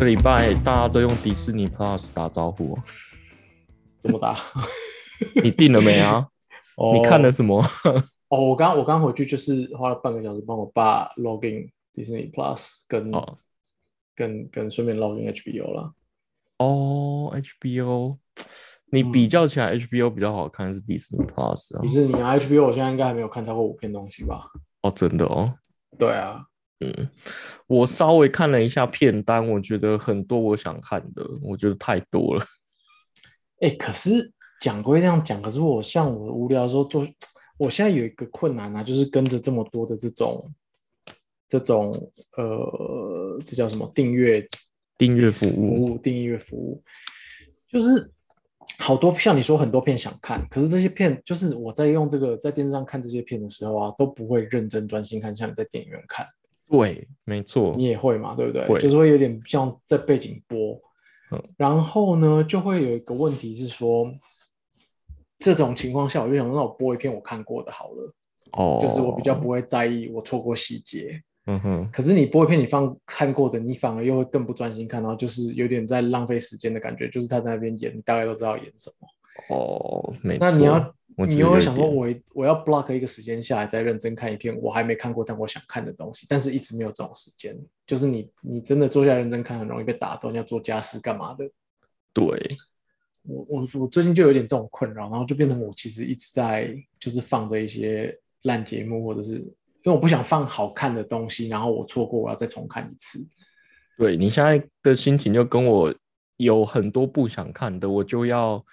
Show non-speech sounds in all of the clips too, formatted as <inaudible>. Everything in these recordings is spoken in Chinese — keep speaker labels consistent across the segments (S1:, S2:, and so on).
S1: 这礼拜大家都用迪士尼 Plus 打招呼哦， <laughs>
S2: 怎么打？
S1: 你订了没啊？
S2: <laughs> 哦
S1: <laughs> 你看了什么？
S2: 哦，我刚我刚回去就是花了半个小时帮我爸 login Disney Plus，跟、
S1: 哦
S2: 跟跟顺便 login HBO 啦。
S1: 哦，HBO，你
S2: 嗯
S1: 比较起来，HBO 比较好看是迪士尼 Plus 啊
S2: 迪？士尼啊 HBO 我现在应该还没有看超过五篇东西吧？
S1: 哦，真的哦，
S2: 对啊，
S1: 嗯，我稍微看了一下片单，我觉得很多我想看的，我觉得太多
S2: <laughs>
S1: 了。
S2: 哎，可是讲归这样讲，可是我像我无聊的时候做，我现在有一个困难啊，就是跟着这么多的这种这种呃，这叫什么订阅
S1: 订阅服务，
S2: 务、订阅服务，就是好多像你说很多片想看，可是这些片就是我在用这个在电视上看这些片的时候啊，都不会认真专心看，像你在电影院看，
S1: 对，没错
S2: 你，也会嘛，对不对？
S1: 会
S2: 就是会有点像在背景播。
S1: 嗯
S2: 然后呢，就会有一个问题是说，这种情况下，我就想说那我播一片我看过的好了，
S1: 哦，
S2: 就是我比较，不会在意我错过细节。
S1: 嗯哼，
S2: 可是你播一片你放看过的，你反而又会更不专心看，然后就是有点在浪费时间的感觉，就是他在那边演，你大概都知道演什么。
S1: 哦，没错。
S2: 那你要
S1: 我觉
S2: 你
S1: 得
S2: 又
S1: 有
S2: 会
S1: 一
S2: 想说
S1: 点
S2: 我，我要 block 一个时间下来再认真看一片我还没看过但我想看的东西，但是一直没有这种时间，就是你你真的坐下来认真看，很容易被打断，要做家事干嘛的。
S1: 对，
S2: 我我我最近就有点这种困扰，然后就变成我其实一直在就是放着一些烂节目，或者是因为我不想放好看的东西，然后我错过我要再重看一次。
S1: 对你现在的心情就跟我有很多不想看的，我就要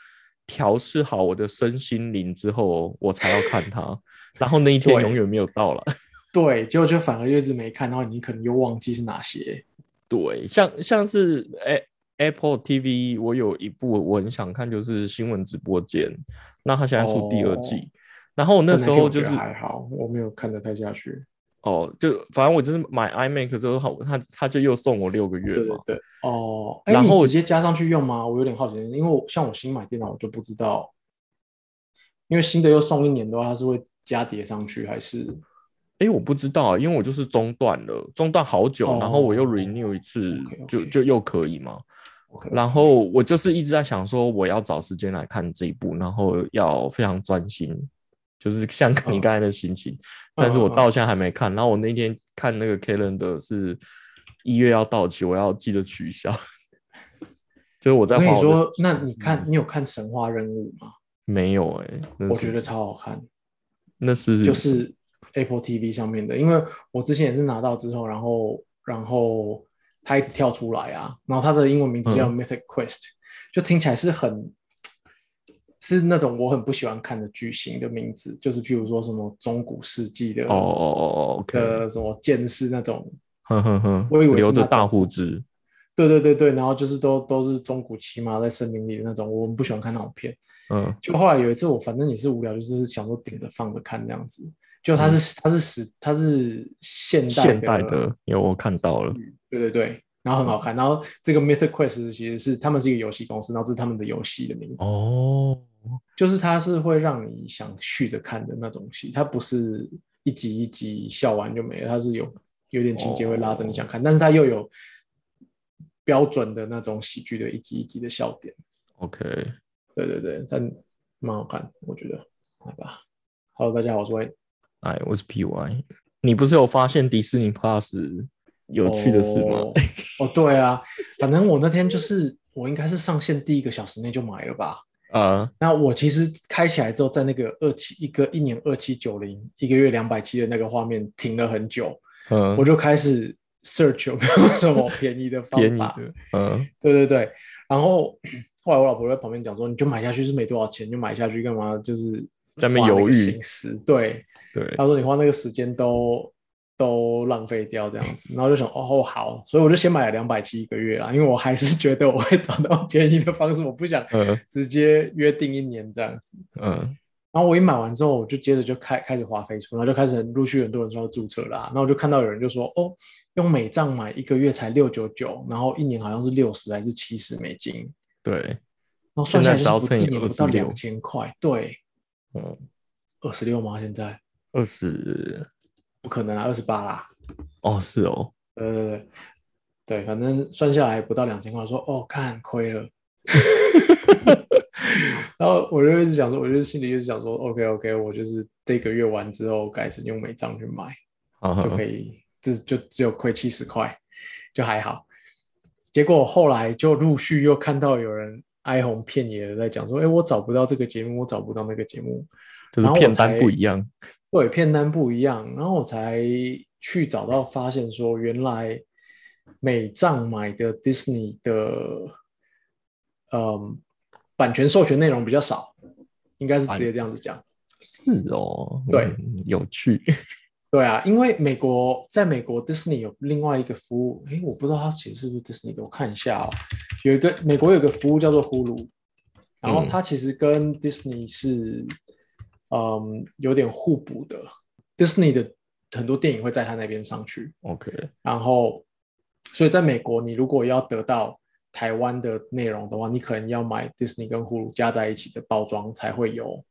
S1: 调试好我的身心灵之后，我才要看它。然后那一天
S2: 对
S1: 永远没有到了。 <laughs>
S2: 对，结果就反而又一直没看，然后你可能又忘记是哪些。
S1: 对，像像是 A Apple TV，我有一部我很想看，就是《新闻直播间》，那它现在出第二季。
S2: 哦
S1: 然后那时
S2: 本来
S1: 候
S2: 我觉
S1: 就
S2: 得
S1: 是
S2: 还好，我没有看得太下去。
S1: 哦，就反正我就是买 iMac 之后，他他他就又送我六个月
S2: 对对
S1: 嘛。
S2: 对，哦，哎，
S1: 然
S2: 你
S1: 后
S2: 直接加上去用吗？我有点好奇，因为我像我新买电脑，我就不知道，因为新的又送一年的话，它是会加叠上去还是？
S1: 哎，我不知道啊，因为我就是中断了，中断好久，然后我又
S2: 哦
S1: renew 一次，
S2: OK，OK
S1: 就就又可以嘛。
S2: OK，
S1: 然后我就是一直在想说，我要找时间来看这一部，然后要非常专心，就是像你
S2: 嗯
S1: 刚才的心情。但是我
S2: 嗯嗯
S1: 到现在还没看。然后我那天看那个 calendar 是一月要到期，我要记得取消。 <laughs> 就是我在
S2: 我跟
S1: 花
S2: 你
S1: 我的嗯
S2: 说，那你看，你有看《神话任务》吗？
S1: 没有哎、那
S2: 我
S1: 是
S2: 觉得超好看，
S1: 那是
S2: 就是 Apple TV 上面的，因为我之前也是拿到之后，然后然后它一直跳出来啊，然后它的英文名
S1: 嗯
S2: 字叫 Mythic Quest，、就听起来是很是那种我很不喜欢看的剧情的名字，就是譬如说什么中古世纪的呃
S1: 哦哦哦哦，OK，
S2: 的什么剑士那种，
S1: 哼哼哼，
S2: 我以为是
S1: 留着
S2: 那
S1: 大
S2: 种
S1: 胡子。
S2: 对对对对，然后就是都都是中古骑马在森林里的那种，我们不喜欢看那种片。
S1: 嗯，
S2: 就后来有一次，我反正也是无聊，就是想说顶着放着看这样子。就它是、它是时它是现代
S1: 嗯现
S2: 的
S1: 代的，嗯有我看到了。
S2: 对对对，然后很好看。然后这个 Mythic Quest 其实是他们是一个游戏公司，然后这是他们的游戏的名字，
S1: 哦，
S2: 就是它是会让你想续着看的那种戏，它不是一集一集笑完就没了，它是有有点情节会拉着你
S1: 哦
S2: 想看，但是它又有标准的那种喜剧的一集一集的笑点。
S1: OK，
S2: 对对对，但蛮好看，我觉得，好吧。Hello，大家好，我是 Wayne。
S1: 哎，我是 PY。你不是有发现迪士尼 Plus 有趣的事吗？
S2: 哦？哦，对啊，反正我那天就是，我应该是上线第一个小时内就买了吧。
S1: 啊，
S2: 那我其实开起来之后，在那个二七一个一年二七九零一个月两百七的那个画面停了很久，
S1: 嗯，
S2: 我就开始 search 有没有什么便宜的方
S1: 便宜
S2: 法。
S1: 的，嗯，
S2: 对对对，然后后来我老婆在旁边讲说，你就买下去是没多少钱，你就买下去干嘛？就是
S1: 在那边
S2: 花个
S1: 犹豫
S2: 心思，对，
S1: 对，
S2: 他说你花那个时间都都浪费掉这样子，然后就想哦好，所以我就先买了两百七一个月啦，因为我还是觉得我会找到便宜的方式，我不想
S1: 嗯
S2: 直接约定一年这样子。
S1: 嗯，
S2: 然后我一买完之后，我就接着就开开始划飞出，然后就开始很陆续很多人说要注册啦、然后我就看到有人就说哦，用美账买一个月才六九九，然后一年好像是六十还是七十美金，
S1: 对，
S2: 然后算下来
S1: 现在
S2: 就是
S1: 只要乘
S2: 不
S1: 以
S2: 一年不到
S1: 26
S2: 两千块，对，
S1: 嗯，
S2: 二十六吗？现在
S1: 二十，
S2: 不可能啊，二十八啦。
S1: 哦，是哦，
S2: 呃，对，反正算下来不到两千块，我说哦，看亏了。 <laughs> 然后我就一直想说，我就心里就是想说，OK OK，我就是这个月完之后改成用美账去买，
S1: 啊嗯
S2: 就可以，就就只有亏七十块，就还好。结果后来就陆续又看到有人哀鸿遍野的在讲说，哎，我找不到这个节目，我找不到那个节目，
S1: 就是
S2: 然后我
S1: 片单
S2: 才
S1: 不一样。
S2: 对，片单不一样，然后我才去找到，发现说原来美账买的 Disney 的，嗯，版权授权内容比较少，应该是直接这样子讲。
S1: 是哦，
S2: 对
S1: 嗯有趣。 <laughs>
S2: 对啊，因为美国在美国 Disney 有另外一个服务，诶，我不知道它其实是不是 Disney 的，我看一下哦。有一个美国有一个服务叫做 Hulu，然后
S1: 嗯
S2: 它其实跟 Disney 是嗯有点互补的。Disney 的很多电影会在它那边上去，
S1: OK，
S2: 然后所以在美国，你如果要得到台湾的内容的话，你可能要买 Disney 跟 Hulu 加在一起的包装才会有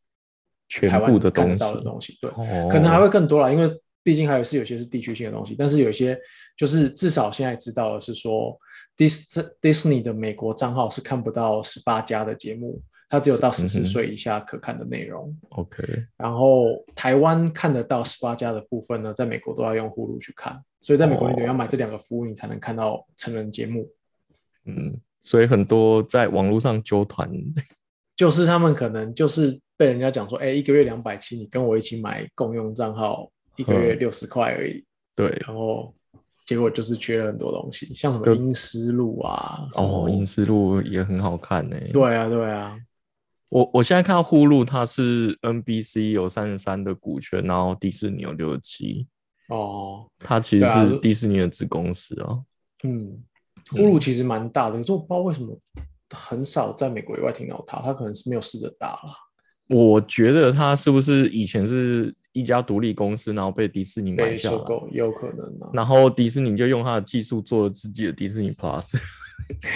S1: 全
S2: 台
S1: 部
S2: 湾
S1: 的
S2: 看
S1: 东西
S2: 得到的东西。对，
S1: 哦，
S2: 可能还会更多啦，因为毕竟还有是有些是地区性的东西，但是有一些就是至少现在知道的是说，Dis Disney 的美国账号是看不到十八加的节目，它只有到
S1: 嗯
S2: 十
S1: 哼
S2: 四岁以下可看的内容。
S1: OK，
S2: 然后台湾看得到十八加的部分呢，在美国都要用 Hulu 去看，所以在美国
S1: 哦
S2: 你得要买这两个服务，你才能看到成人节目。
S1: 嗯，所以很多在网络上纠团，
S2: 就是他们可能就是被人家讲说，哎，一个月两百七，你跟我一起买共用账号，一个月
S1: 嗯
S2: 六十块而已，
S1: 对，
S2: 然后结果就是缺了很多东西，像什么
S1: 就
S2: 阴湿路啊，什么
S1: 哦，银丝路也很好看呢、
S2: 对啊，对啊，
S1: 我我现在看到呼噜，它是 NBC 有三十三的股权，然后迪士尼有六十七，
S2: 哦，
S1: 它其实
S2: 对啊
S1: 是
S2: 就
S1: 迪士尼的子公司哦。
S2: 嗯，呼噜其实蛮大的，可是我不知道为什么很少在美国以外听到它，它可能是没有试着大了。
S1: 我觉得它是不是以前是一家独立公司，然后被迪士尼买
S2: 被
S1: 下
S2: 收
S1: 来，
S2: 购也有可能啊。
S1: 然后迪士尼就用它的技术做了自己的迪士尼 Plus，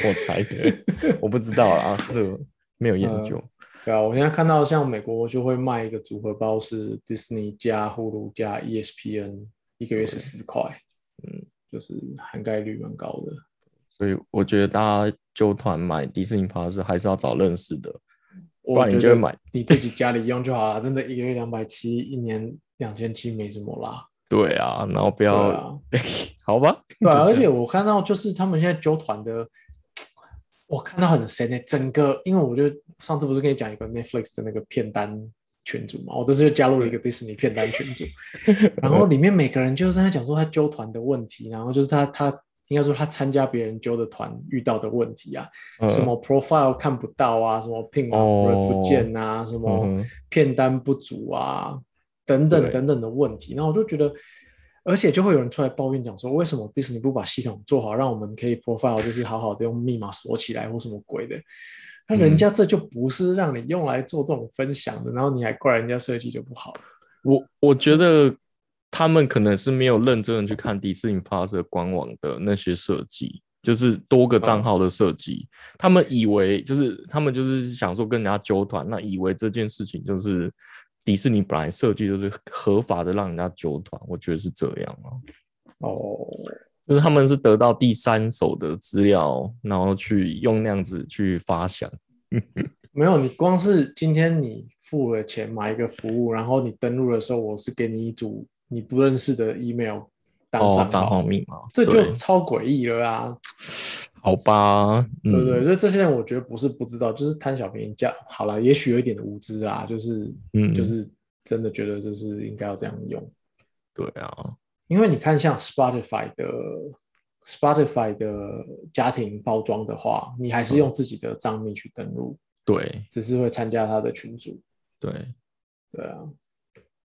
S1: 我 <laughs>
S2: <laughs>
S1: 猜的，我不知道啊，这个没有研究。
S2: 对啊，我现在看到像美国就会卖一个组合包，是 Disney 加 Hulu 加 E ESPN，一个月十四块，
S1: 嗯，
S2: 就是涵盖率蛮高的。
S1: 所以我觉得大家揪团买迪士尼 Plus 还是要找认识的，不
S2: 我
S1: 然
S2: 觉
S1: 你就会
S2: 得
S1: 买。
S2: 你自己家里用就好了，真的一个月两百七，一年两千七没什么啦。
S1: 对啊，然后不
S2: 对
S1: 要、
S2: 啊，
S1: 好吧？
S2: 对啊，而
S1: 就这
S2: 且
S1: 样
S2: 我看到就是他们现在纠团的，我看到很神诶、整个因为我就上次不是跟你讲一个 Netflix 的那个片单群组嘛，我这次就加入了一个 Disney 片单群
S1: <laughs>
S2: 组，然后里面每个人就是在讲说他纠团的问题，然后就是他他应该说他参加别人纠的团遇到的问题啊，
S1: 嗯
S2: 什么 profile 看不到啊，什么 pin 啊
S1: 哦
S2: 不见啊，什
S1: 嗯
S2: 么
S1: 哼
S2: 片单不足啊，等
S1: 对
S2: 等等等的问题。然后我就觉得，而且就会有人出来抱怨讲说，为什么 Disney 不把系统做好，让我们可以 profile 就是好好的用密码锁起来或什么鬼的？那人
S1: 嗯
S2: 家这就不是让你用来做这种分享的，然后你还怪人家设计就不好。
S1: 我我觉得他们可能是没有认真的去看迪士尼 Plus 的官网的那些设计，就是多个账号的设计。他们以为就是他们就是想说跟人家纠团，那以为这件事情就是迪士尼本来设计就是合法的让人家纠团，我觉得是这样啊。
S2: 哦，
S1: 就是他们是得到第三手的资料，然后去用那样子去发想。
S2: 没有，你光是今天你付了钱买一个服务，然后你登录的时候，我是给你一组你不认识的 email 当
S1: 哦，
S2: 账
S1: 账
S2: 号，
S1: 号密码，
S2: 这就
S1: 对
S2: 超诡异了啊，
S1: 好吧，嗯，
S2: 对不对？所以这些人我觉得不是不知道，就是贪小便宜价。好了，也许有一点的无知啊，就是
S1: 嗯
S2: 就是真的觉得就是应该要这样用，
S1: 对啊，
S2: 因为你看像 Spotify 的 Spotify 的家庭包装的话，你还
S1: 嗯
S2: 是用自己的账密去登录，
S1: 对
S2: 只是会参加他的群组。
S1: 对，
S2: 对啊，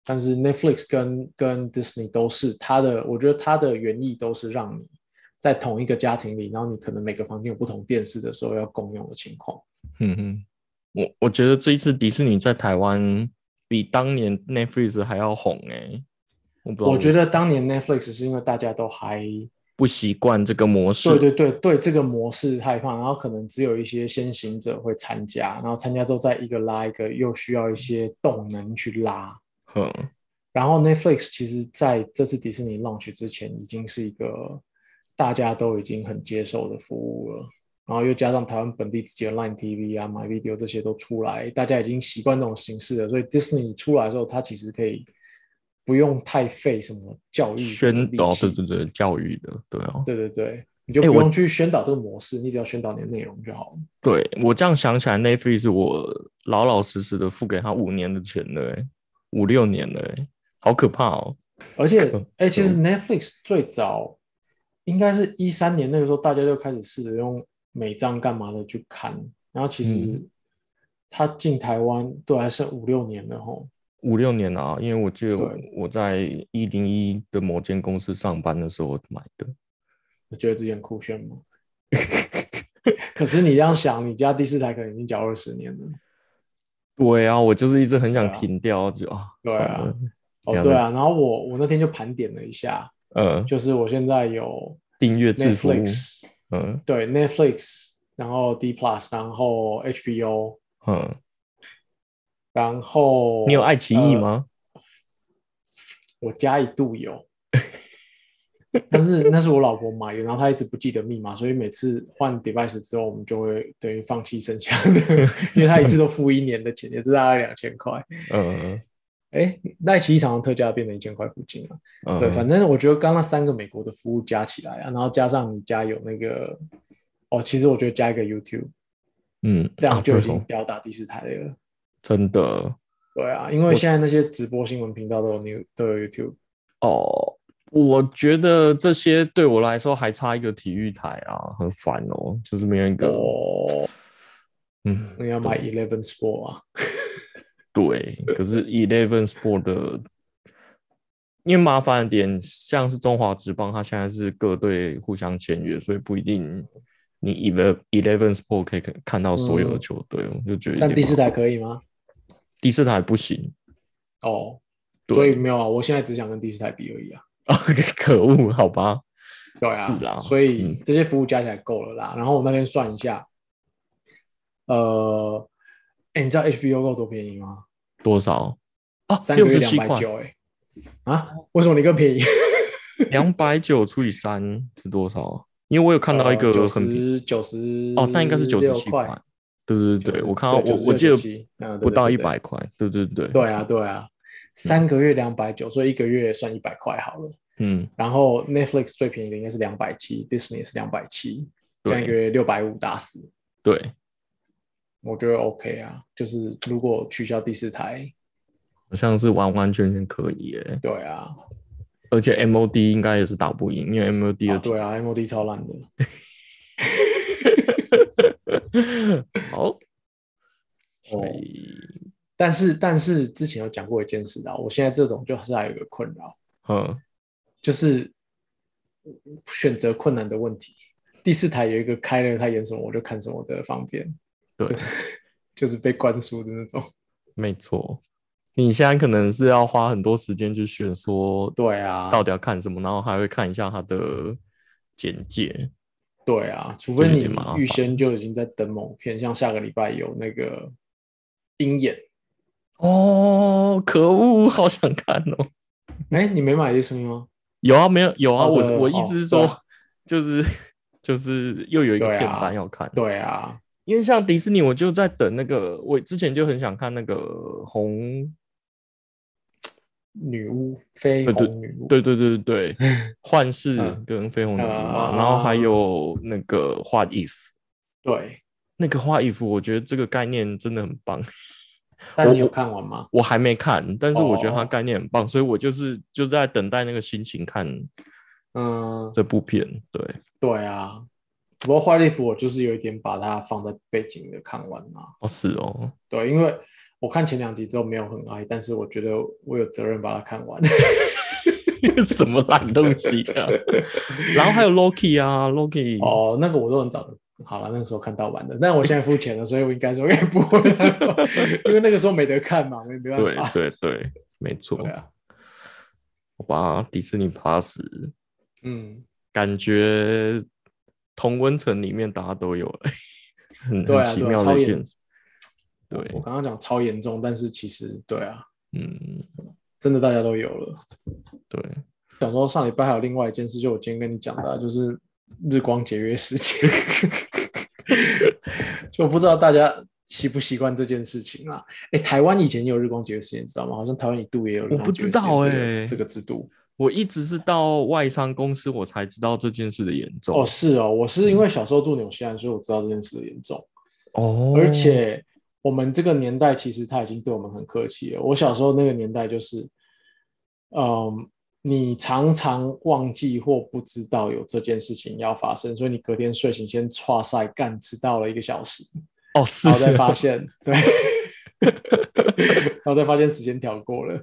S2: 但是 Netflix 跟跟 Disney 都是它的，我觉得它的原意都是让你在同一个家庭里，然后你可能每个房间有不同电视的时候要共用的情况。
S1: 嗯哼，我我觉得这一次迪士尼在台湾比当年 Netflix 还要红哎、我不知道
S2: 我
S1: 为
S2: 觉
S1: 什么
S2: 得当年 Netflix 是因为大家都还
S1: 不习惯这个模式，
S2: 对对对对这个模式害怕，然后可能只有一些先行者会参加，然后参加之后再一个拉一个，又需要一些动能去拉。
S1: 嗯，
S2: 然后 Netflix 其实在这次迪士尼 launch 之前，已经是一个大家都已经很接受的服务了。然后又加上台湾本地自己的 Line TV 啊、My Video 这些都出来，大家已经习惯这种形式了，所以 Disney 出来之后，它其实可以不用太费什么教育
S1: 宣导，对
S2: 对
S1: 对对，教育的，对啊，
S2: 对对对，
S1: 哎
S2: 你就不用去宣导这个模式，你只要宣导你的内容就好了。
S1: 对我这样想起来，Netflix 我老老实实的付给他五年的钱了、欸，五六年了、欸，好可怕哦！
S2: 而且
S1: 可，
S2: 哎、其实 Netflix 最早应该是一三年那个时候，大家就开始试着用美账干嘛的去看，然后其实
S1: 嗯
S2: 它进台湾都还剩五六年了吼。
S1: 五六年啊，因为我记得我
S2: 对
S1: 我在一零一的某间公司上班的时候买的，
S2: 你觉得自己很酷炫
S1: <laughs>
S2: 吗？可是你这样想，你家第四台可能已经缴二十年了。
S1: 对啊，我就是一直很想
S2: 对啊
S1: 停掉，就啊，
S2: 对
S1: 算
S2: 啊
S1: 了，
S2: 哦，
S1: 了解
S2: 对啊，然后我我那天就盘点了一下，
S1: 呃，
S2: 就是我现在有
S1: 订阅制服务，
S2: Netflix，
S1: 嗯
S2: 对 Netflix，然后 D Plus，然后 HBO，
S1: 嗯，
S2: 然后
S1: 你有爱奇
S2: 呃
S1: 艺吗？
S2: 我家一度有， <laughs> 但是那是我老婆买的，然后她一直不记得密码，所以每次换 device 之后，我们就会等于放弃剩下
S1: <laughs>
S2: 的，因为她一次都付一年的钱，也是大概两千块。
S1: 嗯
S2: 哎，那奇异常常特价变成一千块附近啊。
S1: 嗯，
S2: 对，反正我觉得刚刚三个美国的服务加起来啊，然后加上你家有那个，哦，其实我觉得加一个 YouTube，
S1: 嗯，
S2: 这
S1: 啊
S2: 样就已
S1: 对
S2: 经
S1: 哦
S2: 吊打第四台了。
S1: 真的
S2: 对啊，因为现在那些直播新闻频道都有 New 都有 YouTube。
S1: 哦，我觉得这些对我来说还差一个体育台啊，很烦哦，就是没有一个，
S2: 哦，
S1: 嗯，
S2: 那要买 Eleven Sport 啊。
S1: 对。可是 Eleven Sport 的，因为麻烦的点，像是中华职棒，它现在是各队互相签约，所以不一定你 Eleven Eleven Sport 可以看看到所有的
S2: 嗯
S1: 球队，我就觉得有
S2: 但
S1: 点
S2: 第四
S1: 麻
S2: 台可以吗？
S1: 第四台不行。 <laughs>
S2: 哦，
S1: 对
S2: 所以没有啊，我现在只想跟第四台比而已啊。
S1: 啊，可恶，好吧，
S2: 对啊，
S1: 是啦
S2: 所以
S1: 嗯
S2: 这些服务加起来够了啦。然后我那天算一下，呃，哎，你知道 HBO Go 多便宜吗？
S1: 多少啊？
S2: 三个
S1: 六十
S2: 月两
S1: 七
S2: 百
S1: 块，
S2: 九，哎，啊，为什么你更便宜？
S1: 两百九除以三是多少啊？因为我有看到一个
S2: 呃九
S1: 很便宜、
S2: 十九十
S1: 哦，那应该是九十七
S2: 块，
S1: 块，对对对，
S2: 90
S1: 我看到
S2: 对
S1: 我
S2: 96
S1: 我记得
S2: 97嗯对
S1: 不到一
S2: 对对对
S1: 百块，对对对，
S2: 对啊，对啊，三个月两百九，所以一个月算一百块好了。
S1: 嗯，
S2: 然后 Netflix 最便宜的应该是两百七，Disney 是两百七，这样一个
S1: 对
S2: 月六百五打死，
S1: 对，
S2: 我觉得 OK 啊。就是如果取消第四台，
S1: 好像是完完全全可以耶，
S2: 对啊，
S1: 而且 MOD 应该也是打不赢，因为 MOD
S2: 啊
S1: 的、
S2: 对啊，MOD 超烂的。
S1: 好，
S2: 哦
S1: 所以
S2: 但是但是之前有讲过一件事啊，我现在这种就是还有一个困扰，
S1: 嗯，
S2: 就是选择困难的问题。第四台有一个开了，他演什么我就看什么的方便，
S1: 对，
S2: <laughs> 就是被灌输的那种。
S1: 没错，你现在可能是要花很多时间去选说
S2: 对啊，
S1: 到底要看什么，然后还会看一下它的简介。
S2: 对啊，除非
S1: 有
S2: 你
S1: 点麻烦
S2: 预先就已经在等某片，像下个礼拜有那个鹰眼，
S1: 哦，可恶，好想看哦！
S2: 哎，你没买这出吗？
S1: 有啊，没有有啊，
S2: 好的
S1: 我我
S2: 哦
S1: 意思是
S2: 对
S1: 说，
S2: 啊
S1: 就是就是又有一个
S2: 对啊
S1: 片单要看，
S2: 对啊，
S1: 因为像迪士尼，我就在等那个，我之前就很想看那个红，
S2: 女巫绯
S1: 呃对对
S2: 红女巫，
S1: 对对对对
S2: <laughs>
S1: 对，幻视
S2: 嗯
S1: 跟绯红女巫嘛，
S2: 啊
S1: 然后还有那个 What If，
S2: 对，
S1: 那个 What If，我觉得这个概念真的很棒。
S2: 但你有看完吗？
S1: 我还没看，但是我觉得它
S2: 哦
S1: 概念很棒，所以我就是就是在等待那个心情看
S2: 嗯，
S1: 这部片。对，
S2: 对啊，不过坏利服我就是有一点把它放在背景的看完啦、
S1: 哦是哦， <laughs>
S2: 对，因为我看前两集之后没有很爱，但是我觉得我有责任把它看完。
S1: 什么烂东西
S2: <laughs>
S1: 啊！然后还有 Loki 啊，Loki，、
S2: 哦，那个我都很早就好了，那个时候看盗版的，但我现在付钱了，所以我应该说可以不会，因为那 <laughs> 个时候没得看嘛，没没办
S1: 对
S2: 法。
S1: 对对，没错。
S2: 对啊，
S1: 好吧，迪士尼 Plus
S2: 嗯，
S1: 感觉同温层里面大家都有、 <laughs> 欸，很
S2: 对啊
S1: 很奇
S2: 对啊
S1: 妙
S2: 超
S1: 的一
S2: 严
S1: 件事。对
S2: 我，刚刚讲超严重，但是其实对啊，
S1: 嗯，
S2: 真的大家都有了。
S1: 对，
S2: 想说上礼拜还有另外一件事，就我今天跟你讲的啊、就是日光节约时间， <laughs> 就我不知道大家习不习惯这件事情啦。哎、台湾以前也有日光节约时间，你知道吗？好像台湾一度也有日
S1: 我
S2: 光
S1: 不
S2: 节约
S1: 知
S2: 时间
S1: 道
S2: 这个
S1: 欸
S2: 这个制度。
S1: 我一直是到外商公司我才知道这件事的严重
S2: 哦，是哦，我是因为小时候住纽西兰，所以我知道这件事的严重。
S1: 嗯哦
S2: 而且我们这个年代其实他已经对我们很客气了。我小时候那个年代就是，嗯，你常常忘记或不知道有这件事情要发生，所以你隔天睡醒先唰晒干，迟到了一个小时，
S1: 哦是
S2: 然后再
S1: 是
S2: 发现，对， <laughs> 然后再发现时间调过了。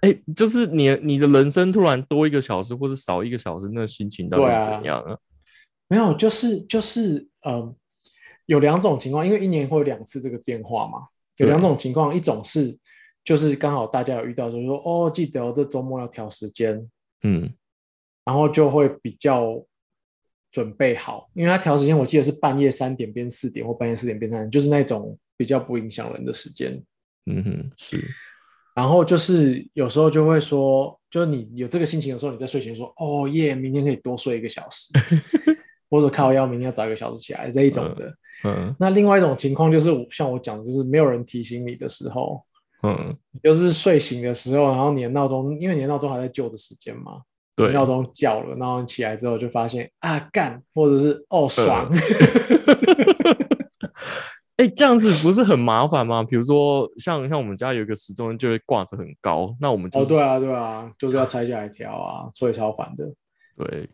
S1: 哎、就是你你的人生突然多一个小时，或是少一个小时，那个心情到
S2: 对啊
S1: 底怎样啊？
S2: 没有，就是就是，嗯，有两种情况，因为一年会有两次这个变化嘛。
S1: 对
S2: 有两种情况，一种是就是刚好大家有遇到，就是说哦，记得、哦、这周末要调时间，
S1: 嗯，
S2: 然后就会比较准备好，因为他调时间，我记得是半夜三点变四点，或半夜四点变三点，就是那种比较不影响人的时间。
S1: 嗯哼，是，
S2: 然后就是有时候就会说，就是你有这个心情的时候，你在睡前说：“哦耶，明天可以多睡一个
S1: <laughs>
S2: 小时。”或者靠腰，明天要早一个小时起来这一种的。
S1: 嗯
S2: 那另外一种情况就是，我像我讲，的，就是没有人提醒你的时候，
S1: 嗯，
S2: 你就是睡醒的时候，然后你的闹钟，因为你的闹钟还在旧的时间嘛，
S1: 对，
S2: 闹钟叫了，然后你起来之后就发现啊干，或者是哦爽，
S1: 哎、这样子不是很麻烦吗？比如说像像我们家有一个时钟就会挂着很高，那我们就
S2: <laughs> 哦
S1: 是
S2: 对啊对啊，就是要拆下来调啊，所以超烦的。
S1: 对，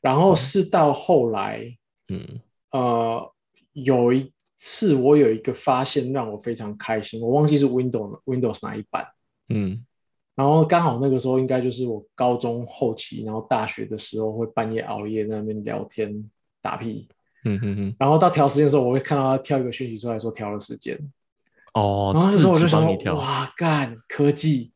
S2: 然后是到后来，
S1: 嗯
S2: 呃，有一次我有一个发现让我非常开心，我忘记是 Windows Windows 哪一版，
S1: 嗯
S2: 然后刚好那个时候应该就是我高中后期，然后大学的时候会半夜熬夜在那边聊天打屁，
S1: 嗯哼哼，
S2: 然后到调时间的时候，我会看到他跳一个讯息出来说调了时间，
S1: 哦，
S2: 然后那时候我
S1: 自
S2: 就
S1: 己
S2: 想
S1: 帮你
S2: 说，
S1: 跳，
S2: 哇，干科技，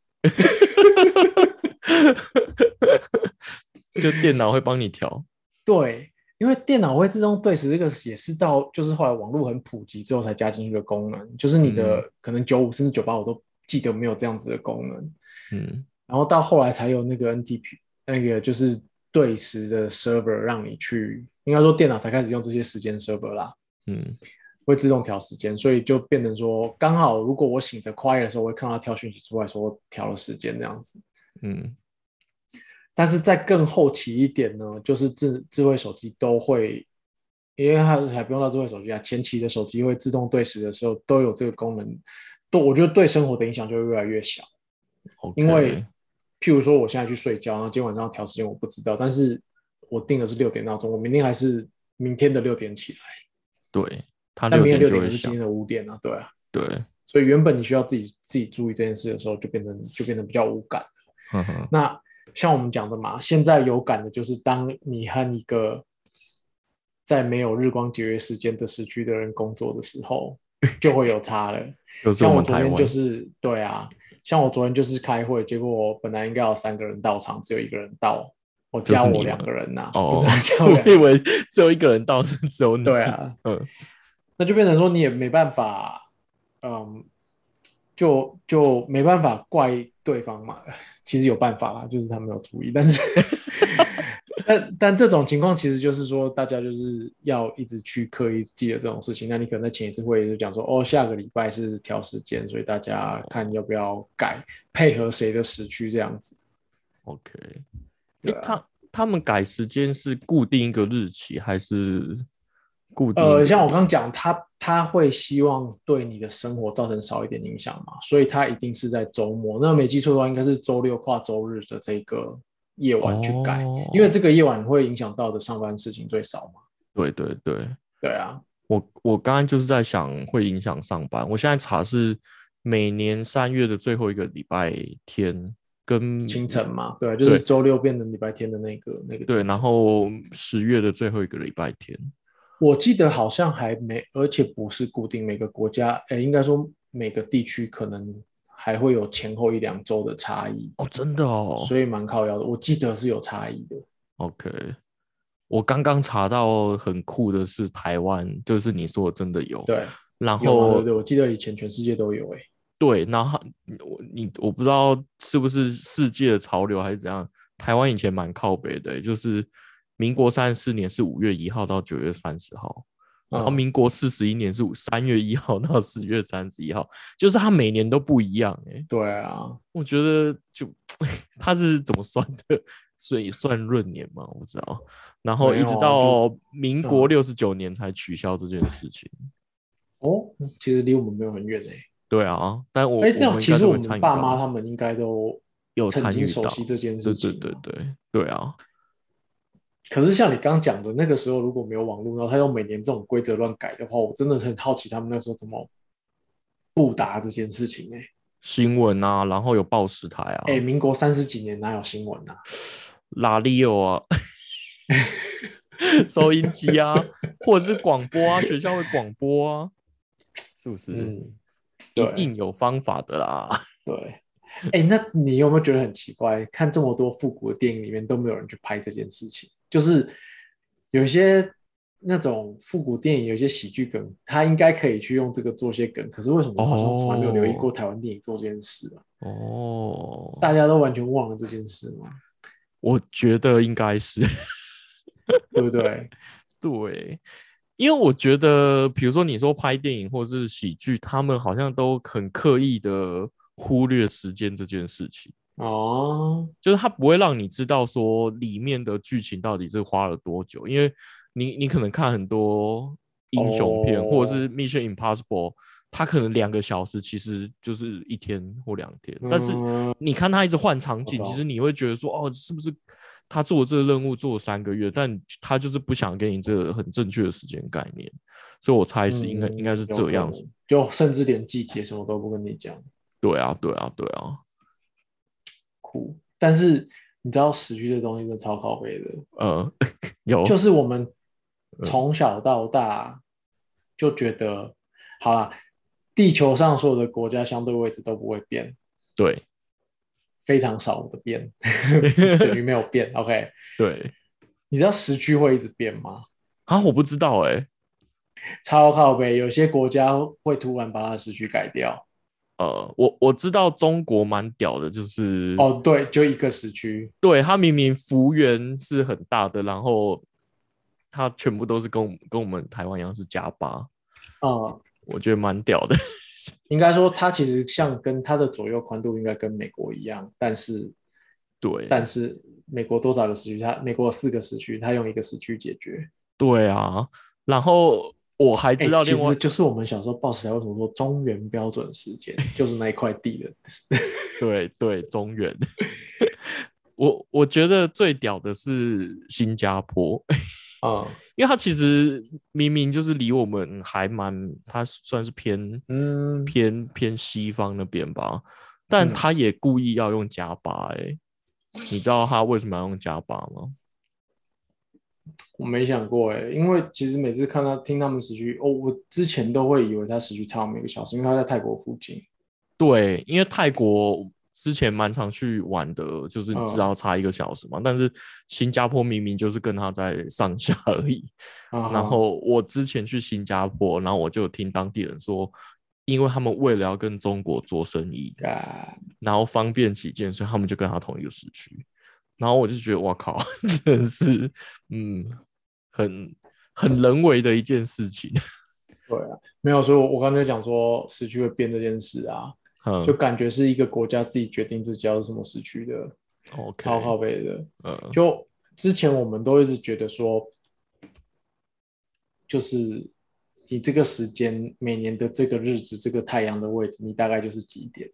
S1: 就电脑会帮你调，
S2: 对，因为电脑会自动对时，这个也是到就是后来网络很普及之后才加进去的功能，就是你的、
S1: 嗯
S2: 可能九五甚至九八我都记得没有这样子的功能，
S1: 嗯
S2: 然后到后来才有那个 NTP，那个就是对时的 server 让你去，应该说电脑才开始用这些时间 server 啦，
S1: 嗯
S2: 会自动调时间，所以就变成说，刚好如果我醒着 quiet 的时候，我会看到它跳讯息出来说调了时间这样子。
S1: 嗯
S2: 但是在更后期一点呢，就是智智慧手机都会，因为它还不用到智慧手机啊，前期的手机会自动对时的时候都有这个功能，都我觉得对生活的影响就会越来越小。
S1: ，OK，
S2: 因为譬如说我现在去睡觉，然后今天晚上要调时间，我不知道，但是我定的是六点闹钟，我明天还是明天的六点起来，
S1: 对，它
S2: 但
S1: 六
S2: 明天
S1: 点就
S2: 六点
S1: 会
S2: 也是今
S1: 响，
S2: 天的五点啊，对啊，
S1: 对，
S2: 所以原本你需要自己自己注意这件事的时候，就变成就变得比较无感。
S1: 哼哼，
S2: 那像我们讲的嘛，现在有感的就是当你和一个在没有日光节约时间的时区的人工作的时候，就会有差了。
S1: 就是
S2: 像
S1: 我
S2: 我
S1: 们
S2: 昨
S1: 台
S2: 天
S1: 湾，
S2: 就是对啊，像我昨天就是开会，结果我本来应该有三个人到场，只有一个人到，我
S1: 就是
S2: 加
S1: 你
S2: 我
S1: 吗
S2: 两个人呐、
S1: 哦 <laughs>
S2: 不是、啊、加我两
S1: 我
S2: 个
S1: 以
S2: 人，
S1: 为只有一个人到，是只有你，
S2: 对，啊，
S1: 嗯
S2: 那就变成说你也没办法，嗯，就就没办法怪对方嘛。 <laughs> 其实有办法啦，就是他没有注意，但是 <laughs> 但但这种情况其实就是说，大家就是要一直去刻意记得这种事情。那你可能在前一次会议就讲说，哦，下个礼拜是调时间，所以大家看要不要改，配合谁的时区这样子。 <laughs>
S1: ，OK，
S2: 对
S1: 诶
S2: 啊
S1: 他他们改时间是固定一个日期还是固定一个？
S2: 呃，像我刚刚讲，他他会希望对你的生活造成少一点影响嘛，所以他一定是在周末。那没记错的话，应该是周六跨周日的这个夜晚去改，
S1: 哦
S2: 因为这个夜晚会影响到的上班事情最少嘛。
S1: 对对对，
S2: 对啊，
S1: 我我刚刚就是在想会影响上班，我现在查是每年三月的最后一个礼拜天跟
S2: 清晨嘛，对啊，就
S1: 嗯
S2: 是
S1: 对
S2: 周六变成礼拜天的那个那个。
S1: 对，然后十月的最后一个礼拜天，
S2: 我记得好像还没，而且不是固定每个国家，诶，应该说每个地区可能还会有前后一两周的差异，
S1: 哦，真的哦
S2: 所以蛮靠腰的。我记得是有差异的。
S1: ，OK。我刚刚查到很酷的是台湾，就是你说的真的有，
S2: 对，
S1: 然
S2: 有啊吗？对
S1: 后
S2: 对，我记得以前全世界都有诶、欸
S1: 对，然后我你我不知道是不是世界的潮流还是怎样，台湾以前蛮靠北的欸、就是民国三十四年是五月一号到九月三十号，然后
S2: 嗯
S1: 民国四十一年是三月一号 <laughs> 到四月三十一号，就是它每年都不一样哎、
S2: 对啊，
S1: 我觉得就 <laughs> 它是怎么算的？所以算闰年嘛，我不知道。然后
S2: 没
S1: 一直
S2: 有啊
S1: 到民国
S2: 嗯
S1: 六十九年才取消这件事情。
S2: 哦，嗯其实离我们没有很远哎。
S1: 对啊，但我
S2: 哎，
S1: 我
S2: 那
S1: 们应
S2: 其
S1: 该
S2: 实
S1: 都
S2: 我
S1: 会参
S2: 们
S1: 与
S2: 爸
S1: 到
S2: 妈他们应该都
S1: 有
S2: 曾
S1: 参
S2: 经
S1: 与
S2: 熟
S1: 到
S2: 悉这件
S1: 对
S2: 事
S1: 对
S2: 情。
S1: 对对对啊，
S2: 可是像你刚刚讲的，那个时候如果没有网络，然后他又每年这种规则乱改的话，我真的很好奇他们那时候怎么不达这件事情哎、
S1: 新闻啊，然后有报时台啊，
S2: 哎、民国三十几年哪有新闻啊？
S1: 拉力有啊， <laughs> 收音机
S2: <laughs>
S1: 啊，或者是广播啊，学校会广播啊，是不是？
S2: 嗯，对
S1: 一定有方法的啦。
S2: 对。 <laughs> 哎、那你有没有觉得很奇怪？看这么多复古的电影里面都没有人去拍这件事情，就是有些那种复古电影，有些喜剧梗，他应该可以去用这个做些梗，可是为什么好像从来没有留意过
S1: 哦
S2: 台湾电影做这件事啊？
S1: 哦，
S2: 大家都完全忘了这件事吗？
S1: 我觉得应该是 <laughs>
S2: 对不对？
S1: 对，因为我觉得，比如说你说拍电影或是喜剧，他们好像都很刻意的忽略时间这件事情。
S2: 哦，
S1: 就是它不会让你知道说里面的剧情到底是花了多久，因为你你可能看很多英雄片、
S2: 哦
S1: 或者是 Mission Impossible，它可能两个小时其实就是一天或两天，但是
S2: 嗯
S1: 你看他一直换场景，
S2: 我懂
S1: 其实你会觉得说哦，是不是他做这个任务做了三个月，但他就是不想给你这个很正确的时间概念，所以我猜是应该、
S2: 嗯
S1: 应该是
S2: 有可
S1: 这样
S2: 能，就甚至连季节什么都不跟你讲，
S1: 对啊，对啊，对啊，
S2: 酷。但是你知道时区这东西真的超靠背的，
S1: 呃， <laughs> 有
S2: 就是我们从小到大就觉得，好啦，地球上所有的国家相对位置都不会变，
S1: 对
S2: 非常少的变，等于没有变。OK，
S1: 对
S2: 你知道时区会一直变吗？
S1: 啊，我不知道哎、
S2: 超靠背，有些国家会突然把它的时区改掉。
S1: 呃，我我知道中国蛮屌的，就是
S2: 哦，对，就一个时区。
S1: 对他明明幅员是很大的，然后他全部都是跟我们跟我们台湾一样是加八，
S2: 嗯，
S1: 我觉得蛮屌的。
S2: 应该说它其实像跟它的左右宽度应该跟美国一样，但是
S1: 对，
S2: 但是美国多少个时区？它美国有四个时区，它用一个时区解决。
S1: 对啊，然后我还
S2: 哎
S1: 知道
S2: 其
S1: 另外、
S2: 实就是我们小时候报时台为什么说中原标准时间，就是那一块
S1: <laughs>
S2: 地的。
S1: 对对中原， <laughs> 我我觉得最屌的是新加坡， <laughs>
S2: 嗯
S1: 因为它其实明明就是离我们还蛮，它算是偏
S2: 嗯，
S1: 偏偏西方那边吧，但
S2: 嗯
S1: 他也故意要用加八哎、你知道他为什么要用加八吗？
S2: 我没想过哎、因为其实每次看他听他们时区，哦，我之前都会以为他时区差我们一个小时，因为他在泰国附近。
S1: 对，因为泰国之前蛮常去玩的，就是你知道差一个小时嘛，但是新加坡明明就是跟他在上下而已。
S2: 啊
S1: <laughs> 然后我之前去新加坡，然后我就有听当地人说。因为他们为了要跟中国做生意，
S2: 干
S1: 然后方便起见，所以他们就跟他同一个时区。然后我就觉得，哇靠， <laughs> 真的是，嗯，很很人为的一件事情。 <laughs>
S2: 对啊，没有，所以我我刚才讲说时区会变这件事啊，
S1: 嗯
S2: 就感觉是一个国家自己决定自己要是什么时区的，
S1: ，OK，
S2: 超靠背的。
S1: 嗯，
S2: 就之前我们都一直觉得说，就是你这个时间每年的这个日子，这个太阳的位置，你大概就是几点？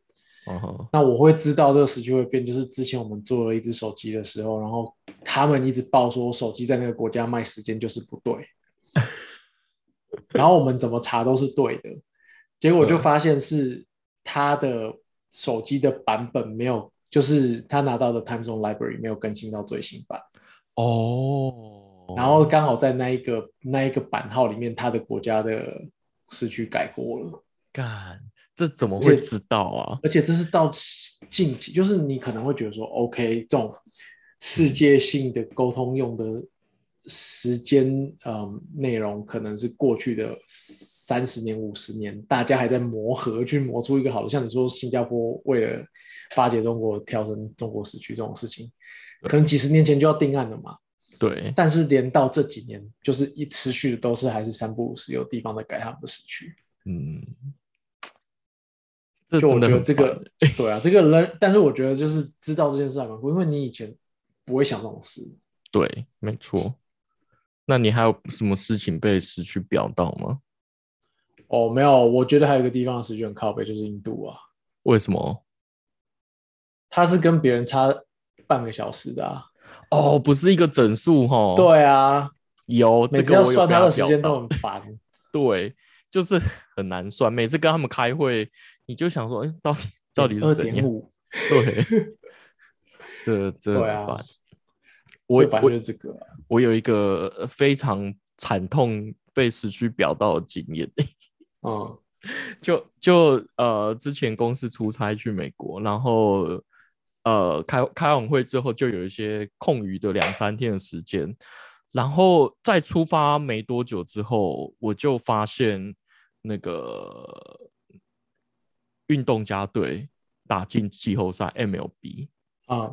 S1: 嗯哼
S2: 那我会知道这个时区会变，就是之前我们做了一只手机的时候，然后他们一直报说我手机在那个国家卖时间就是不对，然后我们怎么查都是对的，结果就发现是他的手机的版本没有，就是他拿到的 Time Zone Library 没有更新到最新版，
S1: 哦，
S2: 然后刚好在那一个那一个版号里面，他的国家的时区改过了。
S1: 干，这怎么
S2: 而且
S1: 会知道啊？
S2: 而且这是到近期，就是你可能会觉得说，OK，这种世界性的沟通用的时间，嗯，内容可能是过去的三十年、五十年，大家还在磨合，去磨出一个好的。像你说，新加坡为了巴结中国，跳升中国时区这种事情，可能几十年前就要定案了嘛。
S1: 对，
S2: 但是连到这几年，就是一持续的都是还是三不五时有地方在改他们的时区。
S1: 嗯，这
S2: 就我
S1: 真的
S2: 觉得
S1: 很
S2: 这
S1: 烦 <laughs>
S2: 个，对啊，这个人，但是我觉得就是知道这件事还蛮酷，因为你以前不会想这种事。
S1: 对，没错。那你还有什么事情被失去表到吗？
S2: 哦，没有，我觉得还有一个地方的时区很靠北，就是印度啊，
S1: 为什么？
S2: 它是跟别人差半个小时的啊。
S1: 哦，不是一个整数哈。，
S2: 对啊，
S1: 有
S2: 每
S1: 哦这
S2: 次
S1: 个
S2: 要
S1: 我有
S2: 算
S1: 被
S2: 它
S1: 他
S2: 的时
S1: 表
S2: 间
S1: 到
S2: 都很烦。
S1: 对，就是很难算。每次跟他们开会，你就想说，哎、到
S2: <laughs>
S1: 底到底
S2: 二
S1: 是怎
S2: 点
S1: 样？
S2: 五，
S1: 对，这这
S2: 对
S1: 很
S2: 啊
S1: 烦。我
S2: 反正
S1: 我
S2: 就是这个啊。
S1: 我有一个呃非常惨痛被时区表到的经验，
S2: 嗯
S1: 就就呃，之前公司出差去美国，然后呃开开完会之后，就有一些空余的两三天的时间，然后再出发没多久之后，我就发现那个运动家队打进季后赛 MLB，
S2: 啊，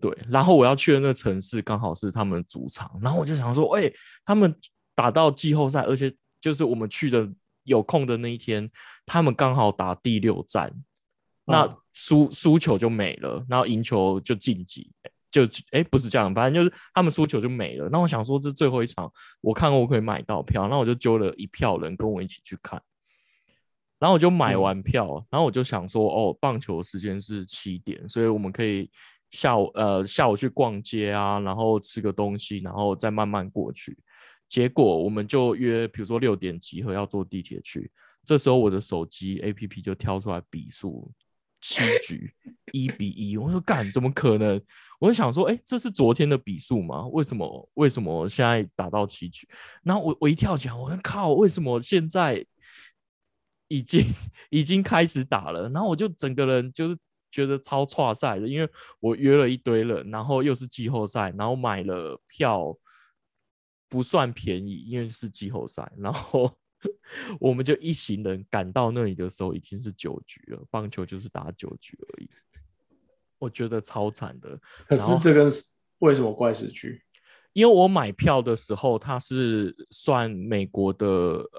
S1: 对，然后我要去的那个城市刚好是他们主场，然后我就想说，哎、他们打到季后赛，而且就是我们去的有空的那一天，他们刚好打第六战，那
S2: 嗯
S1: 输输球就没了，然后赢球就晋级，就哎、不是这样，反正就是他们输球就没了。那我想说这最后一场，我看我可以买到票，那我就揪了一票人跟我一起去看。然后我就买
S2: 嗯
S1: 完票，然后我就想说，哦，棒球时间是七点，所以我们可以下午呃下午去逛街啊，然后吃个东西，然后再慢慢过去。结果我们就约，比如说六点集合，要坐地铁去。这时候我的手机 APP 就跳出来比数七局一比一，我说干，怎么可能？我就想说，哎、这是昨天的比数吗？为什么为什么现在打到七局？然后我我一跳起来，我说靠，为什么现在已经 <laughs> 已经开始打了？然后我就整个人就是觉得超差赛的，因为我约了一堆人，然后又是季后赛，然后买了票不算便宜，因为是季后赛，然后 <laughs> 我们就一行人赶到那里的时候已经是九局了，棒球就是打九局而已。我觉得超惨的，
S2: 可
S1: 然
S2: 是
S1: 后
S2: 这跟为什么怪时区？
S1: 因为我买票的时候，它是算美国的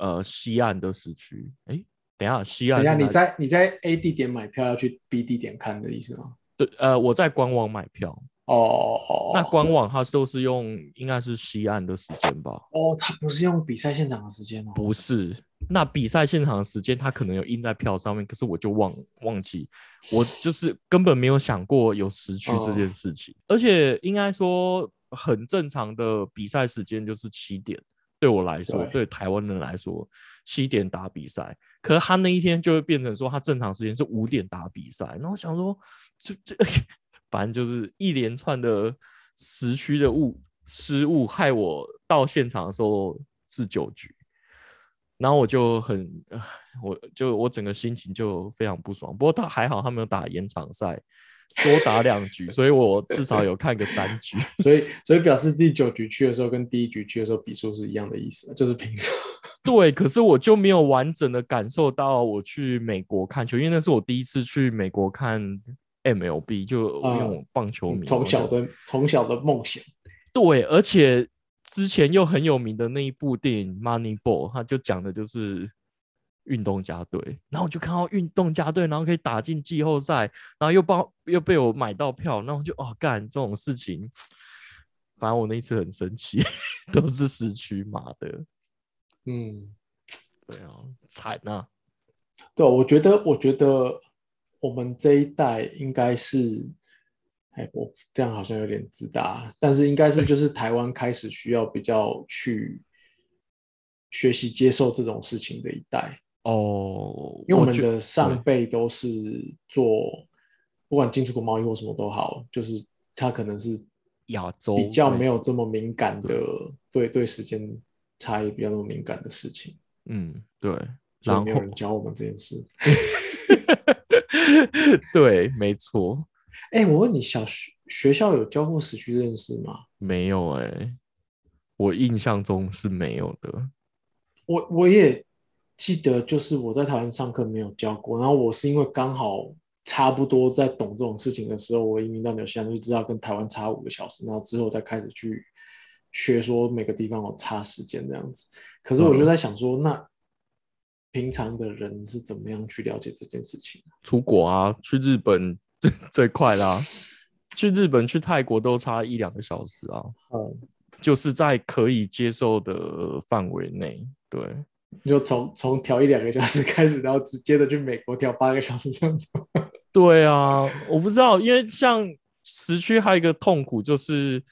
S1: 呃西岸的时区。诶，等一下，西
S2: 等
S1: 岸
S2: 一下，
S1: 是
S2: 你
S1: 啊哪
S2: 在你在 A 地点买票要去 B 地点看的意思吗？
S1: 对呃，我在官网买票，
S2: 哦哦哦，
S1: 那官网它都是用应该是西岸的时间吧？
S2: 哦，他不是用比赛现场的时间哦。
S1: 不是，那比赛现场的时间它可能有印在票上面，可是我就忘忘记，我就是根本没有想过有时区这件事情，而且应该说很正常的比赛时间就是七点，对我来说，
S2: 对
S1: 对台湾人来说，七点打比赛，可是他那一天就会变成说他正常时间是五点打比赛，然后我想说这这 <laughs> 反正就是一连串的时区的误失误，害我到现场的时候是九局，然后我就很，唉我就我整个心情就非常不爽。不过他还好，他没有打延长赛，多打两局，所以我至少有看个三局。
S2: <laughs> 所以所以表示第九局去的时候跟第一局去的时候比数是一样的意思，就是平常。
S1: 对，可是我就没有完整的感受到我去美国看球，因为那是我第一次去美国看 MLB，就
S2: 啊
S1: 那种棒球迷，
S2: 从小
S1: 我就
S2: 的从小的梦想，
S1: 对，而且之前又很有名的那一部电影《Moneyball》，它就讲的就是运动家队。然后我就看到运动家队，然后可以打进季后赛，然后又帮又被我买到票，然后我就哦干这种事情，反正我那一次很生气， <laughs> 都是市区马的，
S2: 嗯，
S1: 对啊，惨啊！
S2: 对，啊我觉得我觉得我们这一代应该是，哎，我这样好像有点自大，但是应该是就是台湾开始需要比较去学习接受这种事情的一代。
S1: 哦，
S2: 因为我们
S1: 觉
S2: 的上辈都是做不管进出口贸易或什么都好，就是他可能是
S1: 亚洲
S2: 比较
S1: 为
S2: 没有
S1: 主
S2: 这么敏感的，对对时间差异比较那么敏感的事情，
S1: 嗯对， <laughs>
S2: 所
S1: 然
S2: 以
S1: 后
S2: 没有人教我们这件事。
S1: 对，没错，
S2: 哎，我问你，小学学校有教过时区这件事吗？
S1: 没有哎、我印象中是没有的。
S2: 我我也记得，就是我在台湾上课没有教过，然后我是因为刚好差不多在懂这种事情的时候，我移民到纽西兰就知道跟台湾差五个小时，然后之后再开始去学说每个地方有差时间这样子。可是我
S1: 嗯
S2: 就在想说，那平常的人是怎么样去了解这件事情？
S1: 出国啊，去日本 <laughs> 最最快啦、去日本、去泰国都差一两个小时啊，
S2: 嗯，
S1: 就是在可以接受的范围内。对，
S2: 你就从从调一两个小时开始，然后直接的去美国调八个小时这样子。
S1: 对啊，我不知道，因为像时区还有一个痛苦就是，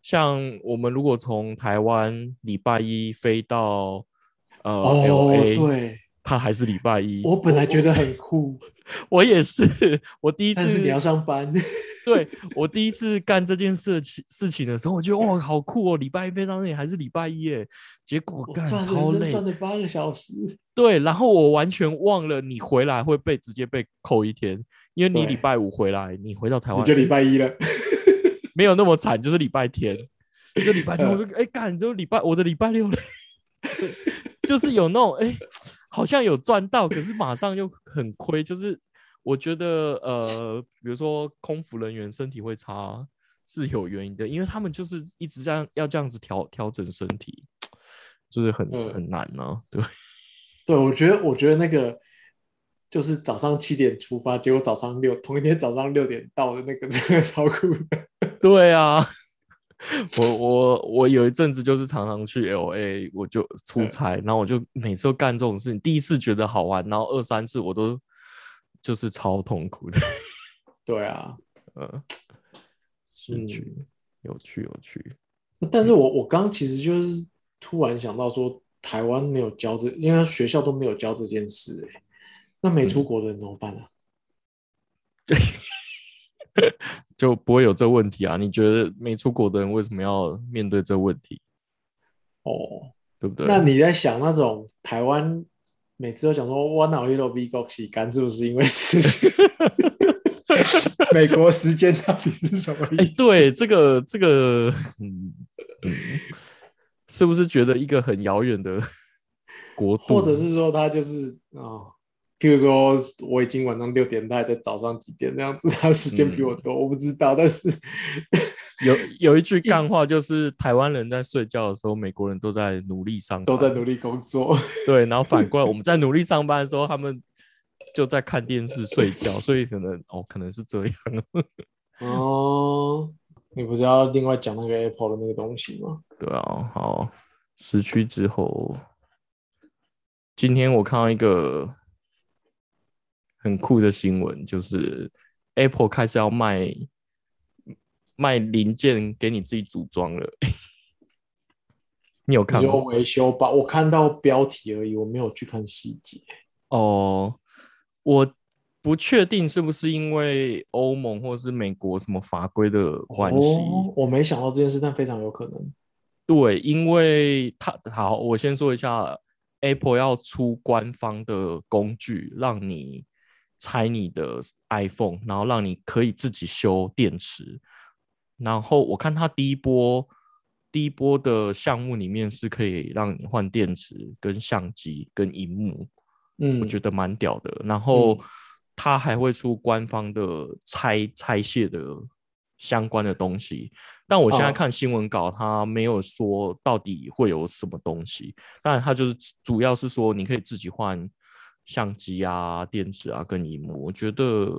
S1: 像我们如果从台湾礼拜一飞到呃、L
S2: 哦，
S1: A，
S2: 对，
S1: 它还是礼拜一。
S2: 我本来觉得很酷，
S1: 我也是，我 <laughs> 第一次
S2: 但是你要上班，
S1: 对我第一次干这件事情事情的时候，我觉得哇，好酷哦！礼拜一飞到那里还是礼拜一耶，结果
S2: <laughs> 我
S1: 干
S2: 赚
S1: 超
S2: 人生
S1: 累。
S2: 赚了八个小时。
S1: 对，然后我完全忘了你回来会被直接被扣一天，因为你
S2: 对
S1: 礼拜五回来，你回到台湾
S2: 你就礼拜一了， <laughs>
S1: 没有那么惨，就是礼拜天，就礼拜天，
S2: 嗯
S1: 我就哎干，就礼拜我的礼拜六嘞，就是有那种哎、好像有赚到，可是马上又很亏，就是我觉得呃，比如说空服人员身体会差是有原因的，因为他们就是一直这样要这样子调调整身体，就是很、
S2: 嗯
S1: 很难呢、对，
S2: 对我觉得，我觉得那个就是早上七点出发，结果早上六同一天早上六点到的那个， <laughs> 真的超酷的。
S1: 对啊， <laughs> 我我我有一阵子就是常常去 L A，我就出
S2: 嗯
S1: 差，然后我就每次都干这种事情。第一次觉得好玩，然后二三次我都就是超痛苦的。 <laughs>
S2: 对啊，
S1: 呃，是
S2: 嗯
S1: 趣，有趣，有趣。
S2: 但是我我刚其实就是突然想到说，台湾没有教这，因为学校都没有教这件事、欸，那
S1: 嗯
S2: 没出国的人怎么办啊？
S1: 就不会有这问题啊？你觉得没出国的人为什么要面对这问题？
S2: 哦，
S1: 对不对？
S2: 那你在想那种台湾每次都讲说我脑一路比国洗干，是不是因为时间？ <laughs> 美国时间到底是什么
S1: 哎、
S2: 意思？
S1: 对这个这个，嗯嗯，是不是觉得一个很遥远的国度，
S2: 或者是说他就是啊、哦譬如说我已经晚上六点，他还在早上几点这样子，他时间比我
S1: 嗯
S2: 多，我不知道，但是
S1: 有有一句干话，就是台湾人在睡觉的时候，美国人都在努力上班，
S2: 都在努力
S1: <laughs>
S2: 工作。
S1: 对，然后反过来，我们在努力上班的时候，他们就在看电视睡觉，所以可能哦，可能是这样。
S2: 哦，你不是要另外讲那个 Apple 的那个东西吗？
S1: 对啊，好，时区之后，今天我看到一个很酷的新闻，就是 Apple 开始要卖卖零件给你自己组装了。 <laughs> 你有看
S2: 你
S1: 吗？
S2: 说维修吧，我看到标题而已，我没有去看细节。
S1: 哦，我不确定是不是因为欧盟或是美国什么法规的关系。
S2: 哦，我没想到这件事，但非常有可能。
S1: 对，因为它好，我先说一下，Apple 要出官方的工具，让你拆你的 iPhone，然后让你可以自己修电池。然后我看它第一波第一波的项目里面是可以让你换电池、跟相机、跟荧幕。
S2: 嗯，
S1: 我觉得蛮屌的。然后
S2: 嗯
S1: 它还会出官方的拆拆卸的相关的东西，但我现在
S2: 哦
S1: 看新闻稿，它没有说到底会有什么东西。当然，它就是主要是说你可以自己换相机啊、电池啊跟荧幕，我觉得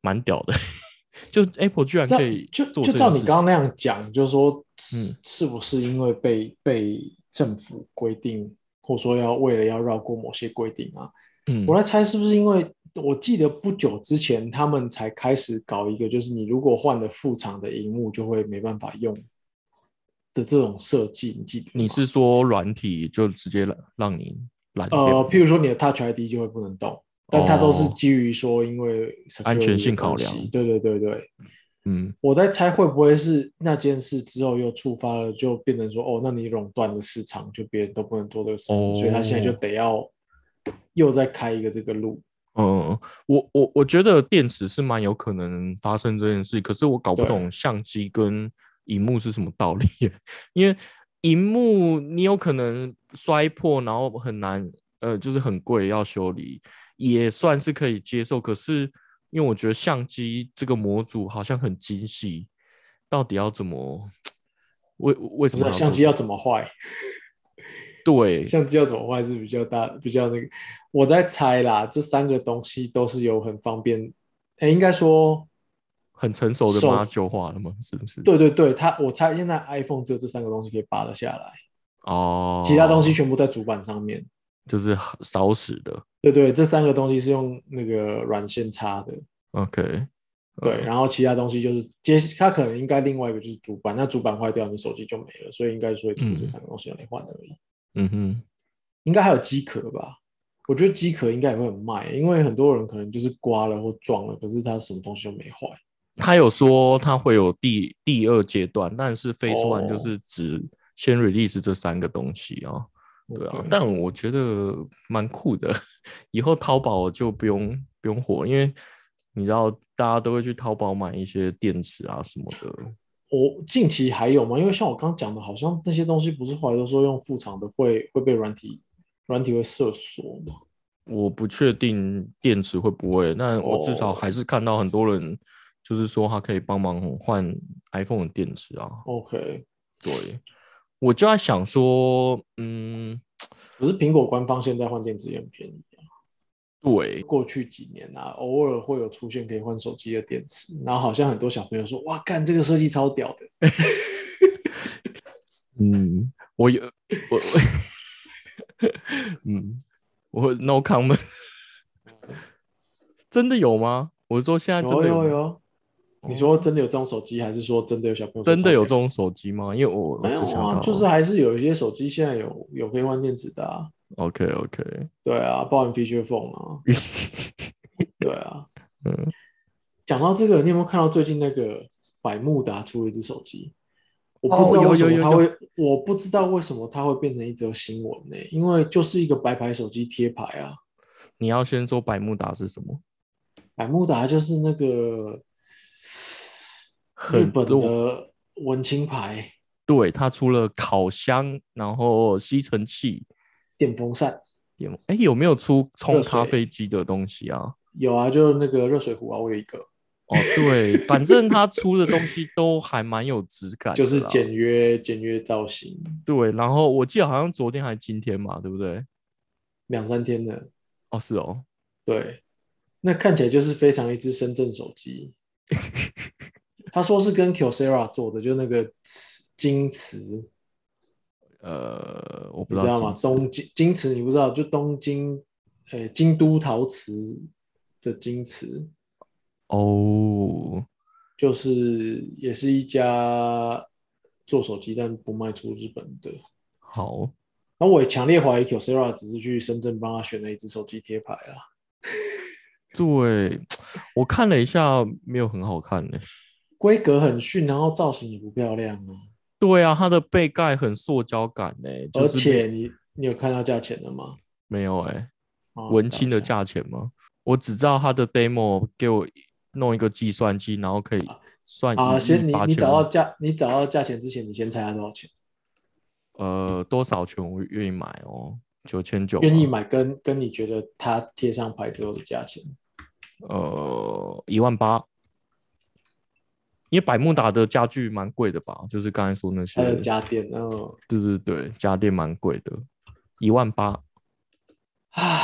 S1: 蛮屌的。 <laughs> 就 Apple 居然
S2: 照
S1: 可以
S2: 就
S1: 做
S2: 就
S1: 这
S2: 照
S1: 件
S2: 你
S1: 事情
S2: 刚刚那样讲，就是说是、
S1: 嗯
S2: 是不是因为被被政府规定，或说要为了要绕过某些规定啊？
S1: 嗯
S2: 我来猜是不是因为我记得不久之前他们才开始搞一个，就是你如果换了副厂的荧幕就会没办法用的这种设计，你记得吗？
S1: 你是说软体就直接让让你拦掉？
S2: 呃，譬如说你的 Touch ID 就会不能动，但它都是
S1: 哦
S2: 基于说因为 security
S1: 安全性
S2: 的关
S1: 考量
S2: 系对对对对，
S1: 嗯，
S2: 我在猜会不会是那件事之后又触发了，就变成说哦，那你垄断了市场，就别人都不能做这个生意，
S1: 哦
S2: 所以他现在就得要又再开一个这个路。
S1: 嗯，我我我觉得电池是蛮有可能发生这件事，可是我搞不
S2: 对
S1: 懂相机跟荧幕是什么道理， <laughs> 因为荧幕你有可能摔破，然后很难，呃，就是很贵要修理，也算是可以接受，可是因为我觉得相机这个模组好像很精细，到底要怎么为为
S2: 不
S1: 什
S2: 是
S1: 么
S2: 啊
S1: 还
S2: 相机
S1: 这
S2: 要
S1: 么
S2: 怎么坏？
S1: 对
S2: 相机要怎么坏是比较大、比较那个。我在猜啦，这三个东西都是有很方便，哎、应该说，
S1: 很成熟的
S2: 手
S1: 把它旧化了吗？是不是？
S2: 对对对，它我猜现在 iPhone 只有这三个东西可以扒得下来，
S1: 哦，
S2: 其他东西全部在主板上面。
S1: 就是少使的。
S2: 对对，这三个东西是用那个软线插的，
S1: OK，呃
S2: 对，
S1: 嗯
S2: 然后其他东西就是接，它可能应该另外一个就是主板，那主板坏掉，你手机就没了，所以应该说出这三个东西让你换而已。
S1: 嗯哼，
S2: 应该还有机壳吧？我觉得机壳应该也会很卖，因为很多人可能就是刮了或撞了，可是它什么东西都没坏。
S1: 他有说他会有第第二阶段，但是 Phase
S2: 哦
S1: One 就是只先 release 这三个东西啊、对啊
S2: OK，
S1: 但我觉得蛮酷的。以后淘宝就不用不用火，因为你知道大家都会去淘宝买一些电池啊什么的。
S2: 我近期还有吗？因为像我刚刚讲的，好像那些东西不是后来都说用副厂的会会被软体软体会射缩嘛？
S1: 我不确定电池会不会，但我至少
S2: 哦
S1: 还是看到很多人就是说他可以帮忙换 iPhone 的电池啊。
S2: OK，
S1: 对，我就在想说，嗯，
S2: 可是苹果官方现在换电池也很便宜啊。
S1: 对，
S2: 过去几年啊，偶尔会有出现可以换手机的电池，然后好像很多小朋友说：“哇，干这个设计超屌的。
S1: 嗯，我有我我，嗯，我 no comment，真的有吗？我说现在”真
S2: 有
S1: 的
S2: 有
S1: 吗
S2: 有，你说真的有这种手机，还是说真的有小朋友说
S1: 真的有这
S2: 超屌
S1: 种手机吗？因为我我
S2: 没
S1: 只
S2: 有
S1: 想
S2: 啊
S1: 到，
S2: 就是还是有一些手机现在有有可以换电池的啊，
S1: OK OK，
S2: 对啊，包含 feature
S1: <laughs>
S2: phone 啊，对啊，
S1: 嗯，
S2: 讲到这个，你有没有看到最近那个百慕达出了一只手机？我
S1: 哦
S2: 不知道为什
S1: 有有
S2: 么它
S1: 有
S2: 会，我不知道为什么它会变成一则新闻呢、因为就是一个白牌手机贴牌啊，
S1: 你要先说百慕达是什么？
S2: 百慕达就是那个日
S1: 很
S2: 本
S1: 多，
S2: 的文青牌
S1: 对，它除了烤箱，然后吸尘器，
S2: 电风扇，
S1: 有哎、有没有出冲
S2: 热水
S1: 咖啡机的东西啊？
S2: 有啊，就是那个热水壶啊，我有一个，
S1: 哦，对，反正他出的东西都还蛮有质感的
S2: 就
S1: 啦，
S2: 是简约简约造型，
S1: 对。然后我记得好像昨天还今天嘛，对不对？
S2: 两三天的。
S1: 哦，是哦，
S2: 对，那看起来就是非常一只深圳手机。他说是跟 Kyocera 做的，就那个瓷京瓷，
S1: 呃，我不
S2: 你
S1: 知
S2: 知
S1: 道
S2: 道吗？
S1: 几
S2: 东京京瓷你不知道，就东京，呃，京都陶瓷的京瓷，
S1: 哦，
S2: 就是也是一家做手机但不卖出日本的。
S1: 好，
S2: 然后我也强烈怀疑 Kyocera 只是去深圳帮他选了一只手机贴牌啦。
S1: 对，我看了一下，没有很好看呢。
S2: 规格很逊，然后造型也不漂亮啊。
S1: 对啊，它的背盖很塑胶感呢，就
S2: 而
S1: 是
S2: 且你你有看到价钱了吗？
S1: 没有哎，
S2: 哦
S1: 文青的，价钱吗？我只知道它的 demo 给我弄一个计算机，然后可以算
S2: 找一下啊，
S1: 一
S2: 先
S1: 亿
S2: 你
S1: 八
S2: 你
S1: 千
S2: 找
S1: 万
S2: 到价，你找到价钱之前，你先猜它多少钱？
S1: 呃，多少钱我愿意买哦？九千九，
S2: 愿意？买跟跟你觉得它贴上牌之后的价钱？
S1: 呃，一万八。因为百慕达的家具蛮贵的吧，就是刚才说那些
S2: 它，的呃家电，嗯
S1: 对对对，家电蛮贵的，一万八，
S2: 啊，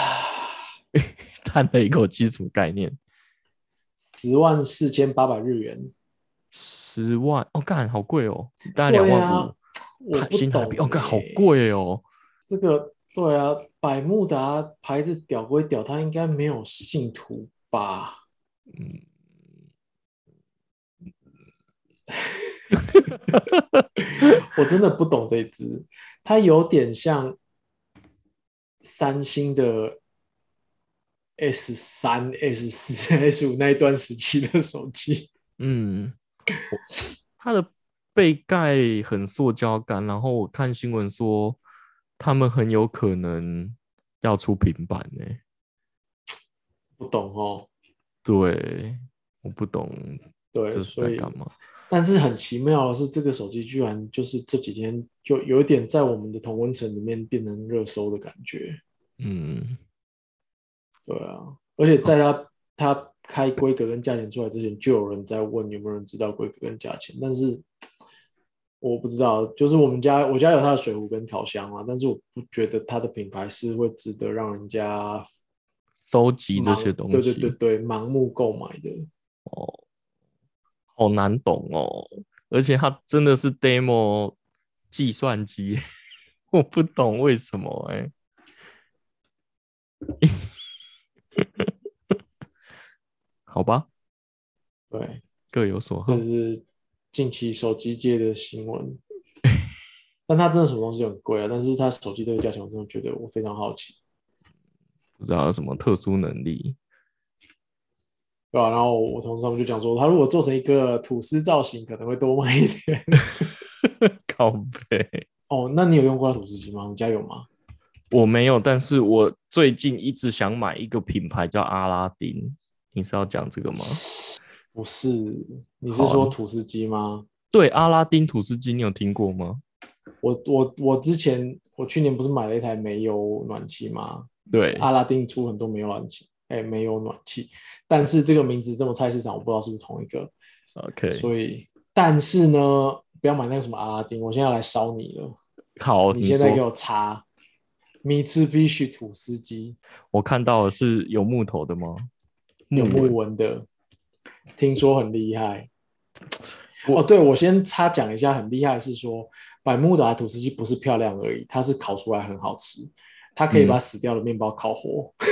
S1: 叹了一口气，什么概念？
S2: 十万四千八百日元，
S1: 十万，哦，干，好贵哦，大概两
S2: 对
S1: 万
S2: 啊
S1: 五，，
S2: 我
S1: 台
S2: 不
S1: 新台
S2: 懂
S1: 币，哦，干，好
S2: 欸，
S1: 贵哦，
S2: 这个对啊，百慕达牌子屌归屌，它应该没有信徒吧？
S1: 嗯， <laughs>
S2: 我真的不懂这一支，它有点像三星的 S 三、S 四、S 五那一段时期的手机。
S1: 嗯，它的背盖很塑胶感，然后我看新闻说他们很有可能要出平板呢、
S2: 不懂哦，
S1: 对，我不懂
S2: 对，
S1: 这是
S2: 所
S1: 在
S2: 以
S1: 干嘛。
S2: 但是很奇妙的是，这个手机居然就是这几天就有一点在我们的同温层里面变成热搜的感觉。
S1: 嗯，
S2: 对啊，而且在它它开规格跟价钱出来之前，就有人在问有没有人知道规格跟价钱，但是我不知道，就是我们家我家有它的水壶跟调香啊，但是我不觉得它的品牌是会值得让人家
S1: 收集这
S2: 盲
S1: 些东西，
S2: 对对对对，盲目购买的。
S1: 哦，好难懂哦，而且它真的是 demo 计算机， <laughs> 我不懂为什么哎、 <laughs> 好吧，
S2: 对，
S1: 各有所好
S2: 这。是近期手机界的新闻。 <laughs> 但它真的什么东西都很贵啊，但是它手机这个价钱，我真的觉得我非常好奇。
S1: 不知道有什么特殊能力，
S2: 对吧、然后我同事他们就讲说，他如果做成一个吐司造型，可能会多卖一点。
S1: <laughs> 靠背
S2: 哦，那你有用过它吐司机吗？你家有吗？
S1: 我没有，但是我最近一直想买一个品牌叫阿拉丁，你是要讲这个吗？
S2: 不是，你是
S1: 好啊
S2: 说吐司机吗？
S1: 对，阿拉丁吐司机，你有听过吗？
S2: 我我我之前我去年不是买了一台煤油暖气吗？
S1: 对，
S2: 阿拉丁出很多煤油暖气，哎、煤油暖气，但是这个名字这么菜市场，我不知道是不是同一个。
S1: OK，
S2: 所以，但是呢，不要买那个什么阿拉丁，我现在要来烧你了。
S1: 好，哦
S2: 你
S1: 你
S2: 现在
S1: 说
S2: 给我查米兹必须吐司机，
S1: 我看到的是有木头的吗？
S2: 有
S1: 木
S2: 木纹的，听说很厉害。哦，对，我先插讲一下，很厉害是说，百慕达吐司机不是漂亮而已，它是烤出来很好吃，它可以把死掉的面包烤活。 <laughs>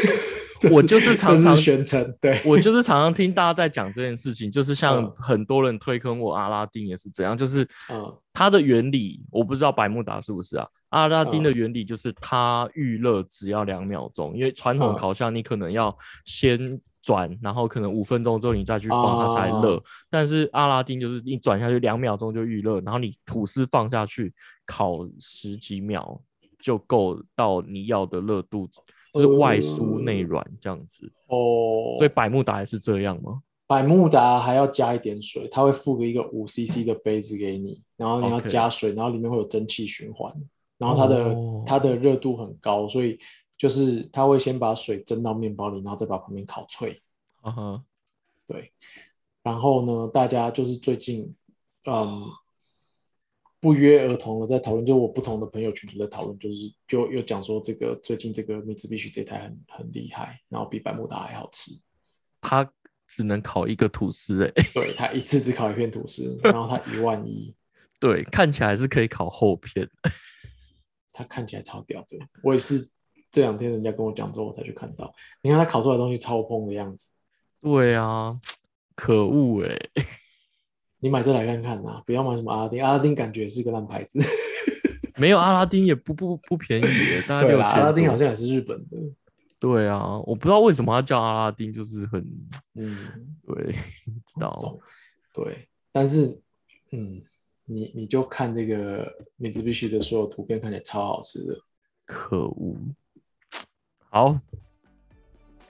S2: 这
S1: 嗯我就是常
S2: <laughs> 这
S1: 常
S2: 是宣称，对，
S1: 我就是常常听大家在讲这件事情，就是像
S2: 嗯
S1: 很多人推坑我阿拉丁也是这样，就是
S2: 嗯
S1: 它的原理我不知道百慕达是不是啊？阿拉丁
S2: 嗯
S1: 的原理就是它预热只要两秒钟，因为传统
S2: 嗯
S1: 烤箱你可能要先转，然后可能五分钟之后你再去放它才
S2: 哦
S1: 热，但是阿拉丁就是你转下去两秒钟就预热，然后你吐司放下去烤十几秒就够到你要的热度，就是外酥内软这样子。
S2: 哦，
S1: 所以百慕达也是这样吗？
S2: 百慕达还要加一点水，它会附个一个五 CC 的杯子给你，然后你要
S1: OK
S2: 加水，然后里面会有蒸汽循环，然后它的、
S1: 哦
S2: 它的热度很高，所以就是它会先把水蒸到面包里，然后再把旁边烤脆。
S1: 啊哈，
S2: 对，然后呢，大家就是最近，嗯，不约而同的在讨论，就是我不同的朋友群组在讨论，就是就又讲说这个最近这个蜜汁必须这台很很厉害，然后比百慕达还好吃。
S1: 它只能烤一个吐司、欸， <laughs>
S2: 对他一次只烤一片吐司，然后他一万一，
S1: 对，看起来是可以烤厚片。
S2: 他看起来超屌的。我也是这两天人家跟我讲之后，我才去看到。你看他烤出来的东西超蓬的样子，
S1: 对啊，可恶哎、
S2: 你买这来看看啊！不要买什么阿拉丁，阿拉丁感觉是个烂牌
S1: <laughs>
S2: 子。
S1: <laughs> 没有阿拉丁也不不不便宜、欸，大概
S2: 对
S1: 六
S2: 啦，
S1: 千。
S2: 阿拉丁好像也是日本的。
S1: 对啊，我不知道为什么它叫阿拉丁，就是很
S2: 嗯，
S1: 对， <laughs> 不知道
S2: 懂。对，但是嗯，你你就看这个米兹必须的所有图片，看起来超好吃的。
S1: 可恶。好，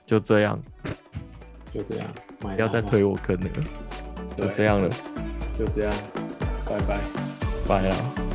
S1: 就这样，
S2: 就这样，买
S1: 不要
S2: 它
S1: 再
S2: 吧，
S1: 推我坑了，就
S2: 对
S1: 这样了，
S2: 就这样，拜拜。
S1: 拜了。